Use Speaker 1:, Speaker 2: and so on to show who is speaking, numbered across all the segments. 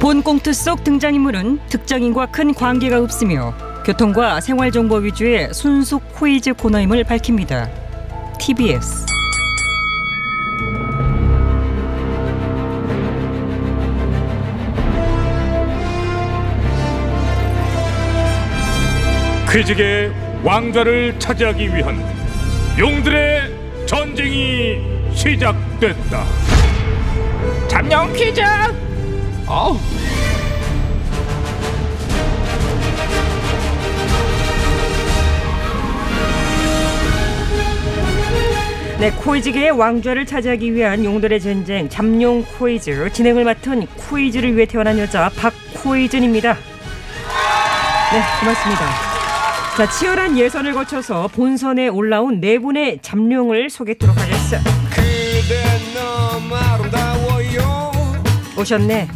Speaker 1: 본 꽁트 속 등장인물은 특정인과 큰 관계가 없으며 교통과 생활 정보 위주의 순수 코이즈 코너임을 밝힙니다. TBS
Speaker 2: 퀴즈계 왕좌를 차지하기 위한 용들의 전쟁이 시작됐다. 잠룡 퀴즈. 어우.
Speaker 1: 네, 코이즈계의 왕좌를 차지하기 위한 용들의 전쟁 잠룡 코이즈 진행을 맡은 코이즈를 위해 태어난 여자 박코이즈입니다. 네, 고맙습니다. 자, 치열한 예선을 거쳐서 본선에 올라온 네 분의 잠룡을 소개하도록 하겠습니다.
Speaker 3: 그대 너무 아름다워요
Speaker 1: 오셨네,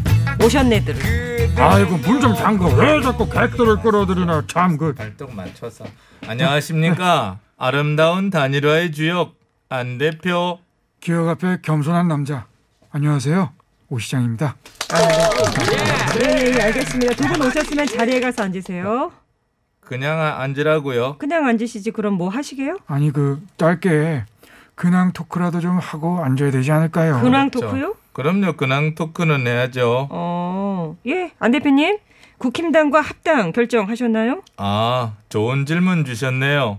Speaker 1: 오셨네들.
Speaker 3: 그대
Speaker 4: 아이고 물 좀 잠궈 왜 자꾸 객들을 끌어들이나 참그
Speaker 5: 발톱 맞춰서 안녕하십니까 아름다운 단일화의 주역 안 대표
Speaker 4: 기억 앞에 겸손한 남자 안녕하세요 오 시장입니다
Speaker 1: 네, 예, 예, 알겠습니다. 두 분 오셨으면 자리에 가서 앉으세요.
Speaker 5: 그냥 앉으라고요
Speaker 1: 그냥 앉으시지 그럼 뭐 하시게요?
Speaker 4: 아니 그 짧게 근황 토크라도 좀 하고 앉아야 되지 않을까요
Speaker 1: 근황
Speaker 5: 그렇죠.
Speaker 1: 토크요?
Speaker 5: 그럼요 근황 토크는 해야죠
Speaker 1: 어, 예, 안 대표님. 국힘당과 합당 결정하셨나요?
Speaker 5: 아 좋은 질문 주셨네요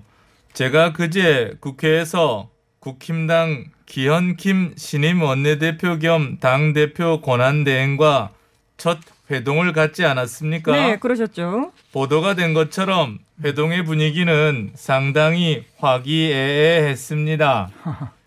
Speaker 5: 제가 그제 국회에서 국힘당 기현킴 신임 원내대표 겸 당대표 권한대행과 첫 회동을 갖지 않았습니까?
Speaker 1: 네, 그러셨죠.
Speaker 5: 보도가 된 것처럼 회동의 분위기는 상당히 화기애애했습니다.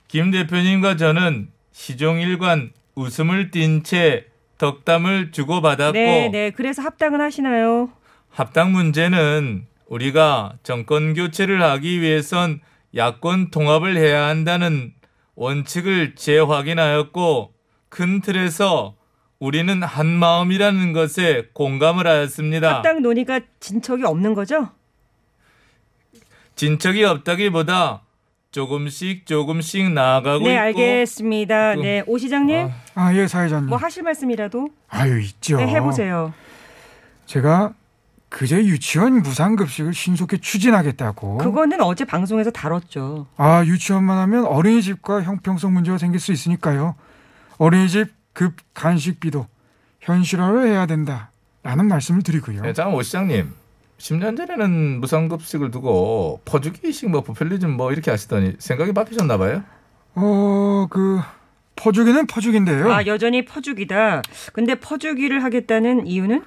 Speaker 5: 김 대표님과 저는 시종일관 웃음을 띤 채 덕담을 주고받았고
Speaker 1: 네, 네. 그래서 합당은 하시나요?
Speaker 5: 합당 문제는 우리가 정권 교체를 하기 위해선 야권 통합을 해야 한다는 원칙을 재확인하였고 큰 틀에서 우리는 한 마음이라는 것에 공감을 하였습니다.
Speaker 1: 합당 논의가 진척이 없는 거죠?
Speaker 5: 진척이 없다기보다 조금씩 조금씩 나아가고
Speaker 1: 네,
Speaker 5: 있고
Speaker 1: 알겠습니다.
Speaker 5: 또-
Speaker 1: 네, 오 시장님
Speaker 4: 아 예 사회자님
Speaker 1: 뭐 하실 말씀이라도
Speaker 4: 아유 있죠
Speaker 1: 네, 해보세요.
Speaker 4: 제가 그제 유치원 무상급식을 신속히 추진하겠다고
Speaker 1: 그거는 어제 방송에서 다뤘죠.
Speaker 4: 아 유치원만 하면 어린이집과 형평성 문제가 생길 수 있으니까요 어린이집 급 간식비도 현실화를 해야 된다 라는 말씀을 드리고요
Speaker 5: 네, 잠깐 오 시장님 10년 전에는 무상급식을 두고 퍼주기식 뭐 포퓰리즘 뭐 이렇게 하시더니 생각이 바뀌셨나 봐요
Speaker 4: 어, 그 퍼주기는 퍼주기인데요.
Speaker 1: 아, 여전히 퍼주기다. 근데 퍼주기를 하겠다는 이유는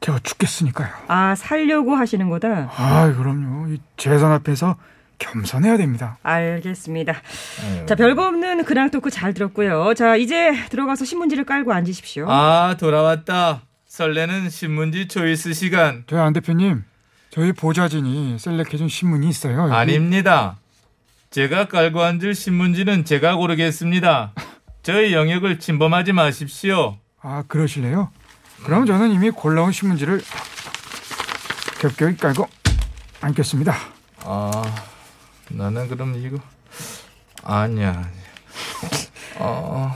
Speaker 4: 제가 죽겠으니까요.
Speaker 1: 아, 살려고 하시는 거다.
Speaker 4: 아, 그럼요. 이 재산 앞에서 겸손해야 됩니다.
Speaker 1: 알겠습니다.
Speaker 5: 네.
Speaker 1: 자, 별거 없는 근황 토크 잘 들었고요. 자, 이제 들어가서 신문지를 깔고 앉으십시오.
Speaker 5: 아 돌아왔다 설레는 신문지 초이스 시간
Speaker 4: 저희 안 대표님, 저희 보좌진이 셀렉해준 신문이 있어요. 여기.
Speaker 5: 아닙니다 제가 깔고 앉을 신문지는 제가 고르겠습니다 저의 영역을 침범하지 마십시오
Speaker 4: 아, 그러실래요? 그럼 저는 이미 골라온 신문지를 겹겹이 깔고 앉겠습니다.
Speaker 5: 아 나는 그럼 이거 아니야 아니야 어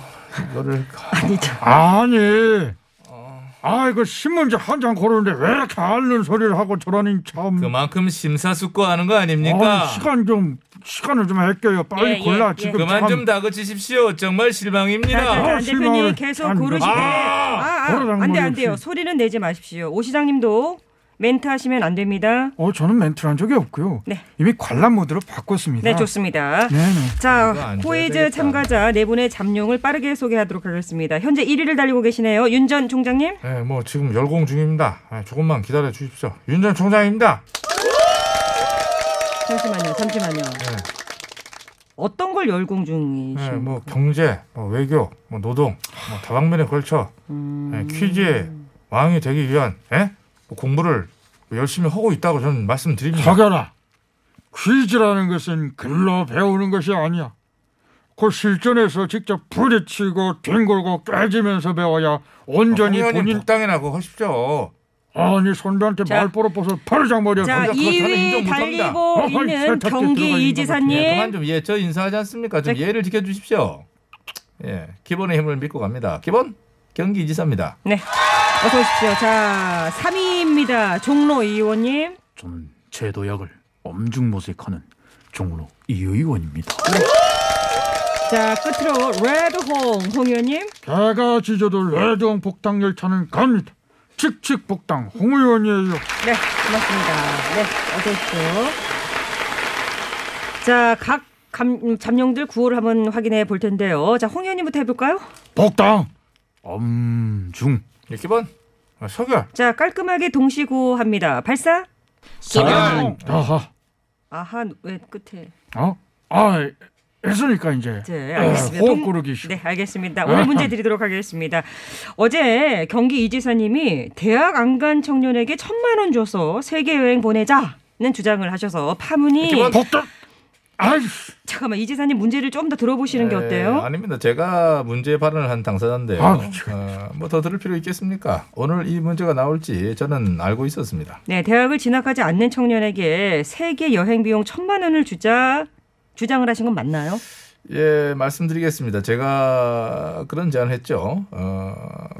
Speaker 5: 이거를 가-
Speaker 1: 아니죠.
Speaker 4: 아니.
Speaker 5: 어.
Speaker 4: 아, 이거 신문지 한 장 고르는데 왜 이렇게 앓는 소리를 하고 저러니 참.
Speaker 5: 그만큼 심사숙고하는 거 아닙니까?
Speaker 4: 아, 시간 좀 시간을 좀 아껴요. 빨리
Speaker 1: 예, 예,
Speaker 4: 골라
Speaker 1: 예.
Speaker 4: 지금
Speaker 5: 그만
Speaker 4: 참.
Speaker 5: 좀 다그치십시오. 정말
Speaker 1: 자, 자,
Speaker 5: 실망입니다.
Speaker 1: 자,
Speaker 4: 아,
Speaker 1: 안
Speaker 4: 실망을
Speaker 1: 대표님 계속
Speaker 4: 안
Speaker 1: 고르시고
Speaker 4: 아,
Speaker 1: 아, 아,
Speaker 4: 버르장
Speaker 1: 안 돼,
Speaker 4: 머리
Speaker 1: 안 돼요.
Speaker 4: 없이.
Speaker 1: 소리는 내지 마십시오. 오 시장님도 멘트 하시면 안 됩니다.
Speaker 4: 어, 저는 멘트를 한 적이 없고요.
Speaker 1: 네.
Speaker 4: 이미 관람 모드로 바꿨습니다.
Speaker 1: 네, 좋습니다.
Speaker 4: 네, 네.
Speaker 5: 이거
Speaker 1: 자,
Speaker 5: 안 줘야
Speaker 1: 코이즈
Speaker 5: 되겠다.
Speaker 1: 참가자 네 분의 잠룡을 빠르게 소개하도록 하겠습니다. 현재 1위를 달리고 계시네요. 윤 전 총장님.
Speaker 6: 네, 뭐 지금 열공 중입니다. 아, 조금만 기다려 주십시오. 윤 전 총장입니다. 네,
Speaker 1: 잠시만요. 잠시만요. 어떤 걸 열공 중이신?
Speaker 6: 네, 뭐 경제, 뭐 외교, 뭐 노동, 뭐 다방면에 걸쳐 네, 퀴즈의 왕이 되기 위한 예? 뭐 공부를 열심히 하고 있다고 저는
Speaker 1: 네.
Speaker 6: 말씀드립니다.
Speaker 4: 석연아, 퀴즈라는 것은 글로 배우는 것이 아니야. 그 실전에서 직접 부딪히고 뒹굴고 깨지면서 배워야 온전히
Speaker 6: 당연히
Speaker 4: 본인
Speaker 6: 복당이나 그거 하십시오.
Speaker 4: 아니 손자한테
Speaker 1: 자.
Speaker 4: 말보로 벗어 파르장머리야.
Speaker 1: 자,
Speaker 6: 혼자 그거 저는
Speaker 1: 2위
Speaker 6: 인정 못합니다.
Speaker 1: 달리고
Speaker 4: 어이,
Speaker 1: 있는
Speaker 4: 세탁기 들어가
Speaker 1: 경기
Speaker 4: 있는
Speaker 5: 예,
Speaker 1: 이지사님.
Speaker 5: 그만 좀 예, 저 인사하지 않습니까? 좀
Speaker 1: 네.
Speaker 5: 예를 지켜주십시오. 예, 기본의 힘을 믿고 갑니다. 기본 경기지사입니다.
Speaker 1: 네. 어서 오십시오. 자, 3위입니다. 종로 이 의원님.
Speaker 7: 저는 제도약을 엄중 모색하는 종로 이 의원입니다.
Speaker 1: 네. 자, 끝으로 레드홍 홍 의원님.
Speaker 4: 개가 지저도 레드홍 복당 열차는 갑니다. 칙칙 복당 홍 의원이에요.
Speaker 1: 네, 고맙습니다. 네, 어서 오십시오. 자, 각 감, 잠룡들 구호를 한번 확인해 볼 텐데요. 자, 홍 의원님부터 해볼까요?
Speaker 4: 복당.
Speaker 7: 엄중
Speaker 5: 예,
Speaker 6: 이렇게 번 아, 서결
Speaker 1: 자, 깔끔하게 동시 구호합니다. 발사.
Speaker 6: 서결
Speaker 4: 아하.
Speaker 1: 아하, 왜 끝에?
Speaker 4: 어? 아 했으니까 이제.
Speaker 1: 네,
Speaker 4: 아,
Speaker 1: 알겠습니다.
Speaker 7: 어,
Speaker 4: 호흡
Speaker 1: 동-
Speaker 4: 고르기 쉬워.
Speaker 1: 네, 알겠습니다. 오늘
Speaker 5: 아.
Speaker 1: 문제 드리도록 하겠습니다. 어제 경기 이지사님이 대학 안 간 청년에게 천만 원 줘서 세계 여행 보내자는 주장을 하셔서 파문이
Speaker 5: 뭐
Speaker 4: 복당. 아이씨.
Speaker 1: 잠깐만 이지사님 문제를 좀 더 들어보시는 게
Speaker 5: 네,
Speaker 1: 어때요? 네.
Speaker 5: 아닙니다. 제가 문제 발언을 한 당사자인데요. 어,
Speaker 4: 아, 그쵸,
Speaker 5: 뭐더 들을 필요 있겠습니까? 오늘 이 문제가 나올지 저는 알고 있었습니다.
Speaker 1: 네, 대학을 진학하지 않는 청년에게 세계 여행 비용 천만 원을 주자 주장을 하신 건 맞나요?
Speaker 5: 예, 말씀드리겠습니다. 제가 그런 제안을 했죠. 어,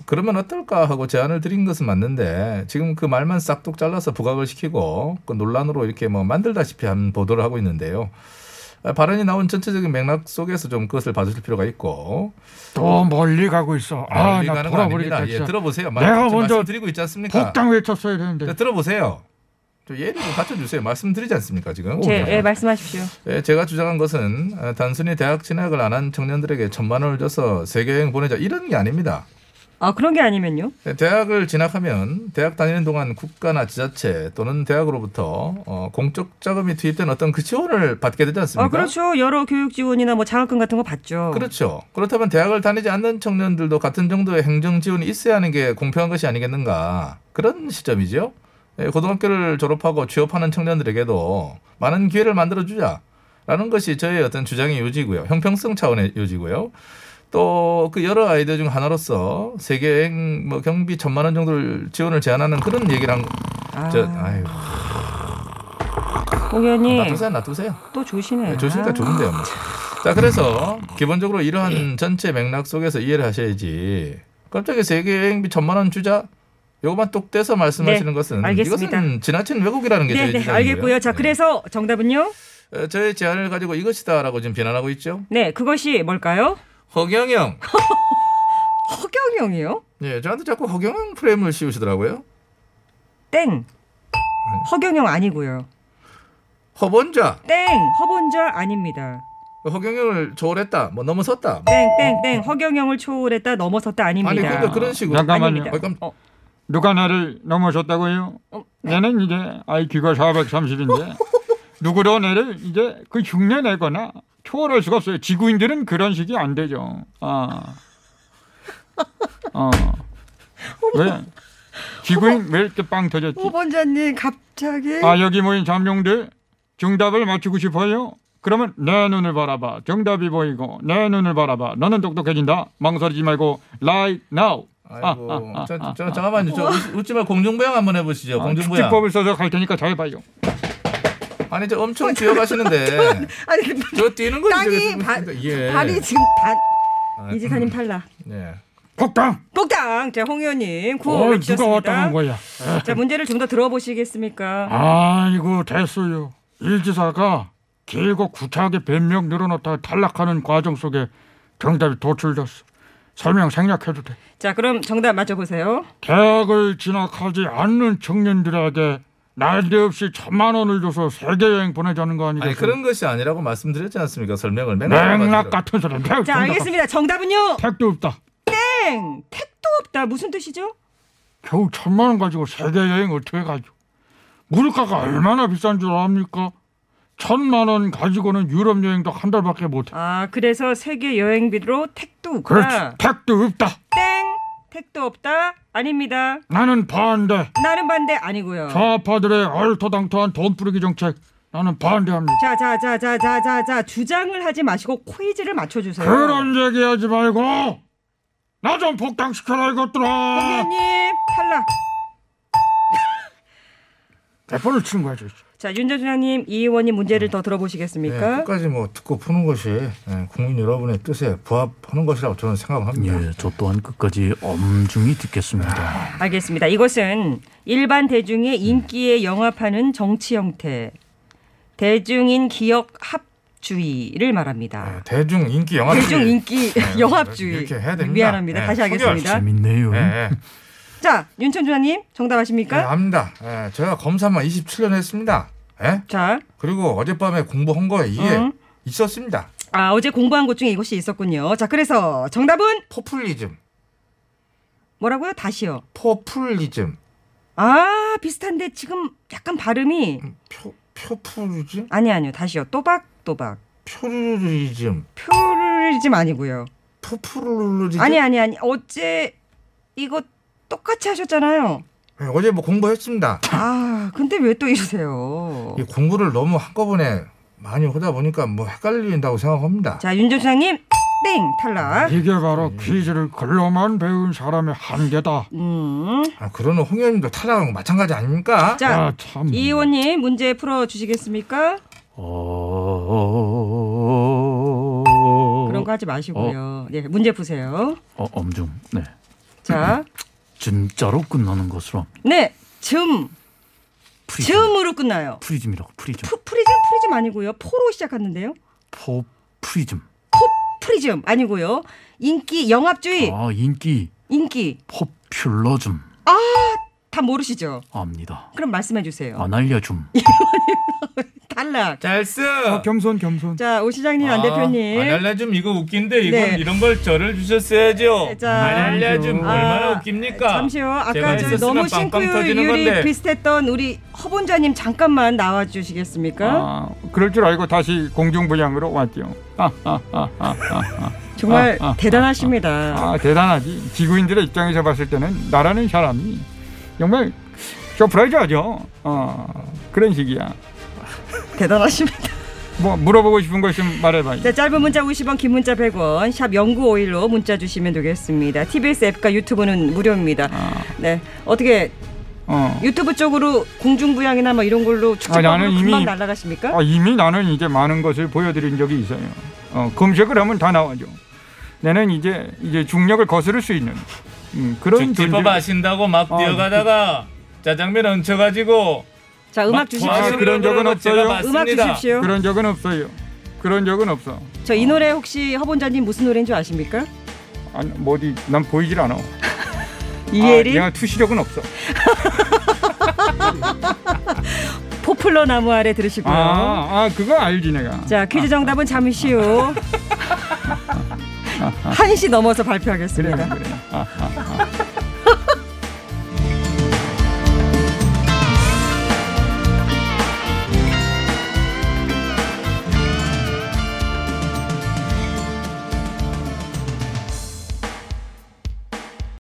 Speaker 5: 그러면 어떨까 하고 제안을 드린 것은 맞는데 지금 그 말만 싹둑 잘라서 부각을 시키고 그 논란으로 이렇게 뭐 만들다시피 한 보도를 하고 있는데요. 아, 발언이 나온 전체적인 맥락 속에서 좀 그것을 봐주실 필요가 있고
Speaker 4: 또 멀리 가고 있어. 아,
Speaker 5: 멀리
Speaker 4: 나
Speaker 5: 가는 거
Speaker 4: 돌아버리겠다.
Speaker 5: 아닙니다.
Speaker 4: 진짜.
Speaker 5: 예, 들어보세요. 말,
Speaker 4: 내가
Speaker 5: 지금
Speaker 4: 먼저
Speaker 5: 말씀드리고 있지 않습니까?
Speaker 4: 복당 외쳤어야 되는데.
Speaker 5: 네, 들어보세요. 좀 예를 좀 갖춰주세요. 말씀드리지 않습니까 지금?
Speaker 1: 제, 예, 말씀하십시오.
Speaker 5: 예, 제가 주장한 것은 어, 단순히 대학 진학을 안 한 청년들에게 천만 원을 줘서 세계여행 보내자 이런 게 아닙니다.
Speaker 1: 아 그런 게 아니면요?
Speaker 5: 예, 대학을 진학하면 대학 다니는 동안 국가나 지자체 또는 대학으로부터 어, 공적 자금이 투입된 어떤 그 지원을 받게 되지 않습니까?
Speaker 1: 아 그렇죠. 여러 교육 지원이나 뭐 장학금 같은 거 받죠.
Speaker 5: 그렇죠. 그렇다면 대학을 다니지 않는 청년들도 같은 정도의 행정 지원이 있어야 하는 게 공평한 것이 아니겠는가 그런 시점이죠. 예, 고등학교를 졸업하고 취업하는 청년들에게도 많은 기회를 만들어 주자라는 것이 저의 어떤 주장의 요지고요. 형평성 차원의 요지고요. 또 그 여러 아이디어 중 하나로서 세계 여행 뭐 경비 천만 원 정도를 지원을 제한하는 그런 얘기를 한.
Speaker 1: 아, 예.
Speaker 5: 저, 아유,
Speaker 1: 홍 의원님
Speaker 5: 놔두세요, 놔두세요.
Speaker 1: 또 조심해.
Speaker 5: 네, 조시니까 좋은데요. 뭐.
Speaker 1: 음.
Speaker 5: 자, 그래서 기본적으로
Speaker 1: 예.
Speaker 5: 이러한 전체 맥락 속에서 이해를 하셔야지. 갑자기 세계 여행비 천만 원 주자. 요것만 똑 떼서 말씀하시는
Speaker 1: 네,
Speaker 5: 것은
Speaker 1: 알겠습니다.
Speaker 5: 이것은 지나친 왜곡이라는 게
Speaker 1: 네,
Speaker 5: 저희
Speaker 1: 네,
Speaker 5: 주장이고요.
Speaker 1: 알겠고요. 자,
Speaker 5: 네.
Speaker 1: 그래서 정답은요?
Speaker 5: 어, 저의 제안을 가지고 이것이다라고 지금 비난하고 있죠.
Speaker 1: 네, 그것이 뭘까요?
Speaker 5: 허경영.
Speaker 1: 허경영이요?
Speaker 5: 예, 저한테 자꾸 허경영 프레임을 씌우시더라고요.
Speaker 1: 땡. 허경영 아니고요.
Speaker 5: 허번자,
Speaker 1: 땡. 허본절 아닙니다.
Speaker 5: 허경영을 조울했다, 뭐 넘어섰다.
Speaker 1: 땡, 땡, 땡. 허경영을 초월했다 넘어섰다 아닙니다.
Speaker 5: 아니 그러니까 그런 식으로.
Speaker 4: 잠깐만요.
Speaker 1: 아닙니다.
Speaker 5: 어, 그럼
Speaker 1: 어,
Speaker 4: 누가 나를 넘어섰다고요?
Speaker 1: 네.
Speaker 4: 나는 이제 IQ가 430인데 누구로 나를 이제 그 흉내 내거나 초월할 수가 없어요. 지구인들은 그런 식이 안 되죠. 아, 어, 왜 지구인 왜 이렇게 빵 터졌지?
Speaker 1: 허본자님 갑자기
Speaker 4: 그 아 여기 모인 잠룡들 정답을 맞추고 싶어요? 그러면 내 눈을 바라봐 정답이 보이고 내 눈을 바라봐 너는 똑똑해진다 망설이지 말고 right now
Speaker 5: 아이고, 저, 저, 잠깐만요. 저 웃- 웃지 말 공중부양 한번
Speaker 1: 아,
Speaker 5: 해보시죠. 공중부양.
Speaker 4: 축법을 써서 갈 테니까 잘 봐요
Speaker 5: 아니 저 엄청 뛰어가시는데
Speaker 8: 아니 그
Speaker 5: 저 뛰는 거지
Speaker 8: 땅이
Speaker 5: 저기.
Speaker 8: 바-
Speaker 5: 예.
Speaker 8: 발이 지금 다
Speaker 1: 이지사님 탈락.
Speaker 6: 네.
Speaker 5: 예.
Speaker 4: 복당
Speaker 1: 복당. 자, 홍 의원님 구호
Speaker 4: 어, 누가 왔다
Speaker 1: 외치셨습니다.
Speaker 4: 간 거야
Speaker 1: 자, 문제를 좀 더 들어보시겠습니까?
Speaker 4: 아이고 됐어요 일 지사가 길고 구차하게 변명 늘어놓다가 탈락하는 과정 속에 정답이 도출됐어 설명 생략해도 돼
Speaker 1: 자, 그럼 정답 맞춰 보세요.
Speaker 4: 대학을 진학하지 않는 청년들에게 날데없이 천만 원을 줘서 세계여행 보내자는 거
Speaker 5: 아니
Speaker 4: 아니겠어요?
Speaker 5: 그런 것이 아니라고 말씀드렸지 않습니까? 설명을 맨날
Speaker 4: 맥락
Speaker 5: 해가지고.
Speaker 4: 같은 소리. 자,
Speaker 1: 자, 알겠습니다. 정답은요?
Speaker 4: 택도 없다.
Speaker 1: 땡. 택도 없다. 무슨 뜻이죠?
Speaker 4: 겨우 천만 원 가지고 세계 여행 어떻게 가죠? 물가가 얼마나 비싼 줄 압니까? 천만 원 가지고는 유럽 여행도 한 달밖에 못 해.
Speaker 1: 아, 그래서 세계 여행비로 택도 없다.
Speaker 4: 그렇지. 택도 없다.
Speaker 1: 땡. 택도 없다. 아닙니다.
Speaker 4: 나는 반대.
Speaker 1: 나는 반대 아니고요.
Speaker 4: 좌파들의 얼토당토한 돈 뿌리기 정책. 나는 반대합니다.
Speaker 1: 자, 자, 자, 자, 자, 자, 자. 주장을 하지 마시고 코이즈를 맞춰 주세요.
Speaker 4: 그런 얘기하지 말고 나 좀 복당시켜라 이것들아.
Speaker 1: 님 탈락.
Speaker 4: 대포를 치는 거야, 저.
Speaker 1: 자, 윤전 소장님, 이 의원님 문제를 더 들어보시겠습니까?
Speaker 6: 예, 끝까지 뭐 듣고 푸는 것이 예, 국민 여러분의 뜻에 부합하는 것이라고 저는 생각을 합니다.
Speaker 1: 아.
Speaker 7: 예, 저 또한 끝까지 엄중히 듣겠습니다.
Speaker 1: 알겠습니다. 이것은 일반 대중의 인기에 영합하는 정치 형태, 대중인 기억 합주의를 말합니다.
Speaker 6: 예, 대중 인기 영화
Speaker 1: 대중 인기 영합주의.
Speaker 6: 네, 이렇게 해야 됩니다.
Speaker 1: 미안합니다.
Speaker 6: 네,
Speaker 1: 다시
Speaker 6: 소개할
Speaker 1: 하겠습니다.
Speaker 7: 재밌네요.
Speaker 6: 예, 예.
Speaker 1: 자, 윤천 조사님 정답
Speaker 6: 예,
Speaker 1: 아십니까?
Speaker 5: 네.
Speaker 6: 압니다. 예, 제가 검사만 27년 했습니다. 예?
Speaker 1: 자,
Speaker 6: 그리고 어젯밤에 공부한 거에 이게
Speaker 1: 응.
Speaker 6: 있었습니다.
Speaker 1: 아, 어제 공부한 것 중에 이것이 있었군요. 자, 그래서 정답은
Speaker 6: 포퓰리즘,
Speaker 1: 뭐라고요? 다시요.
Speaker 6: 포퓰리즘,
Speaker 1: 아, 비슷한데 지금 약간 발음이
Speaker 6: 표 표퓰리즘,
Speaker 1: 아니 아니요. 다시요. 또박또박.
Speaker 6: 표류리즘,
Speaker 1: 표를좀 아니고요.
Speaker 6: 포퓰리즘.
Speaker 1: 아니 아니 아니. 어제 이거 똑같이 하셨잖아요.
Speaker 6: 예, 어제 뭐 공부했습니다.
Speaker 1: 아, 근데 왜 또 이러세요?
Speaker 6: 이 공부를 너무 한꺼번에 많이 하다 보니까 뭐 헷갈린다고 생각합니다.
Speaker 1: 자, 윤 조사님 땡 탈락.
Speaker 4: 이게 바로 퀴즈를 글로만 배운 사람의 한계다.
Speaker 1: 음.
Speaker 6: 아, 그러는 홍 의원님도 타당한 거 마찬가지 아닙니까?
Speaker 1: 자,
Speaker 4: 아, 참.
Speaker 1: 이 의원님 문제 풀어 주시겠습니까?
Speaker 7: 어...
Speaker 1: 그런 거 하지 마시고요. 네, 문제 푸세요.
Speaker 7: 어, 엄중. 네.
Speaker 1: 자,
Speaker 7: 진짜로 끝나는 것으로
Speaker 1: 네, 즘,
Speaker 7: 프리즘.
Speaker 1: 즘으로 끝나요.
Speaker 7: 프리즘이라고 프리즘.
Speaker 1: 프, 프리즘, 프리즘 아니고요. 포로 시작하는데요.
Speaker 7: 포 프리즘.
Speaker 1: 프리즘 아니고요. 인기, 영합주의,
Speaker 5: 어.
Speaker 7: 아, 인기
Speaker 1: 인기
Speaker 7: 포퓰러즘
Speaker 1: 다 모르시죠?
Speaker 7: 압니다.
Speaker 1: 그럼 말씀해 주세요.
Speaker 5: 아.
Speaker 7: 안 알려줌.
Speaker 1: 탈락.
Speaker 5: 잘 쓰.
Speaker 4: 겸손 겸손.
Speaker 1: 자, 오 시장님, 안 대표님.
Speaker 5: 아, 안 알려줌 이거 웃긴데 이건
Speaker 1: 네.
Speaker 5: 이런 걸 저를 주셨어야죠.
Speaker 1: 자.
Speaker 5: 안 알려줌
Speaker 1: 아,
Speaker 5: 얼마나 웃깁니까?
Speaker 1: 잠시요. 아까
Speaker 5: 제가
Speaker 1: 저
Speaker 5: 있었으면
Speaker 1: 너무
Speaker 5: 빵빵
Speaker 1: 싱크율이
Speaker 5: 터지는 건데.
Speaker 1: 비슷했던 우리 허본자님 잠깐만 나와 주시겠습니까?
Speaker 4: 아, 그럴 줄 알고 다시 공중부양으로 왔죠. 아, 아, 아, 아, 아.
Speaker 1: 정말
Speaker 4: 아, 아,
Speaker 1: 대단하십니다.
Speaker 4: 아 대단하지 지구인들의 입장에서 봤을 때는 나라는 사람이 정말 서프라이즈하죠 어 그런 식이야
Speaker 5: 아.
Speaker 1: 대단하십니다.
Speaker 4: 뭐 물어보고 싶은 거 있으면 말해봐요
Speaker 1: 자, 짧은 문자 50원, 긴 문자 100원, 샵 0951로 문자 주시면 되겠습니다. TBS 앱과 유튜브는 무료입니다.
Speaker 4: 아.
Speaker 1: 네. 어떻게
Speaker 4: 어.
Speaker 1: 유튜브 쪽으로 공중부양이나 뭐 이런 걸로
Speaker 4: 아니,
Speaker 1: 축적으로
Speaker 4: 나는
Speaker 1: 금방
Speaker 4: 이미-
Speaker 1: 날아가십니까?
Speaker 4: 아, 이미 나는 이제 많은 것을 보여드린 적이 있어요 어, 검색을 하면 다 나와죠 나는 이제 이제 중력을 거스를 수 있는 음,
Speaker 1: 네.
Speaker 4: 그런
Speaker 5: 죽지법
Speaker 4: 존재-
Speaker 5: 아신다고 막
Speaker 1: 어,
Speaker 4: 아,
Speaker 5: 뛰어가다가 짜장면 얹혀가지고
Speaker 1: 자, 음악 주십시오.
Speaker 4: 도와주는 그런 적은
Speaker 5: 거 제가
Speaker 4: 없어요.
Speaker 1: 음악
Speaker 5: 봤습니다.
Speaker 1: 주십시오.
Speaker 4: 아, 그런 적은 없어요 그런 적은 없어
Speaker 1: 저 이 노래 혹시 허본자님 무슨 노래인 줄 아십니까?
Speaker 4: 아니 뭐 어디 난 보이질 않아
Speaker 1: 이혜리
Speaker 4: 아, 내가 투시력은 없어
Speaker 1: 포플러 나무 아래 들으시고요.
Speaker 4: 아, 아 그거 알지 내가
Speaker 1: 네. 자 퀴즈 정답은 잠시 후 1시 넘어서
Speaker 4: 그래
Speaker 1: 발표하겠습니다.
Speaker 4: 그래 아, 아.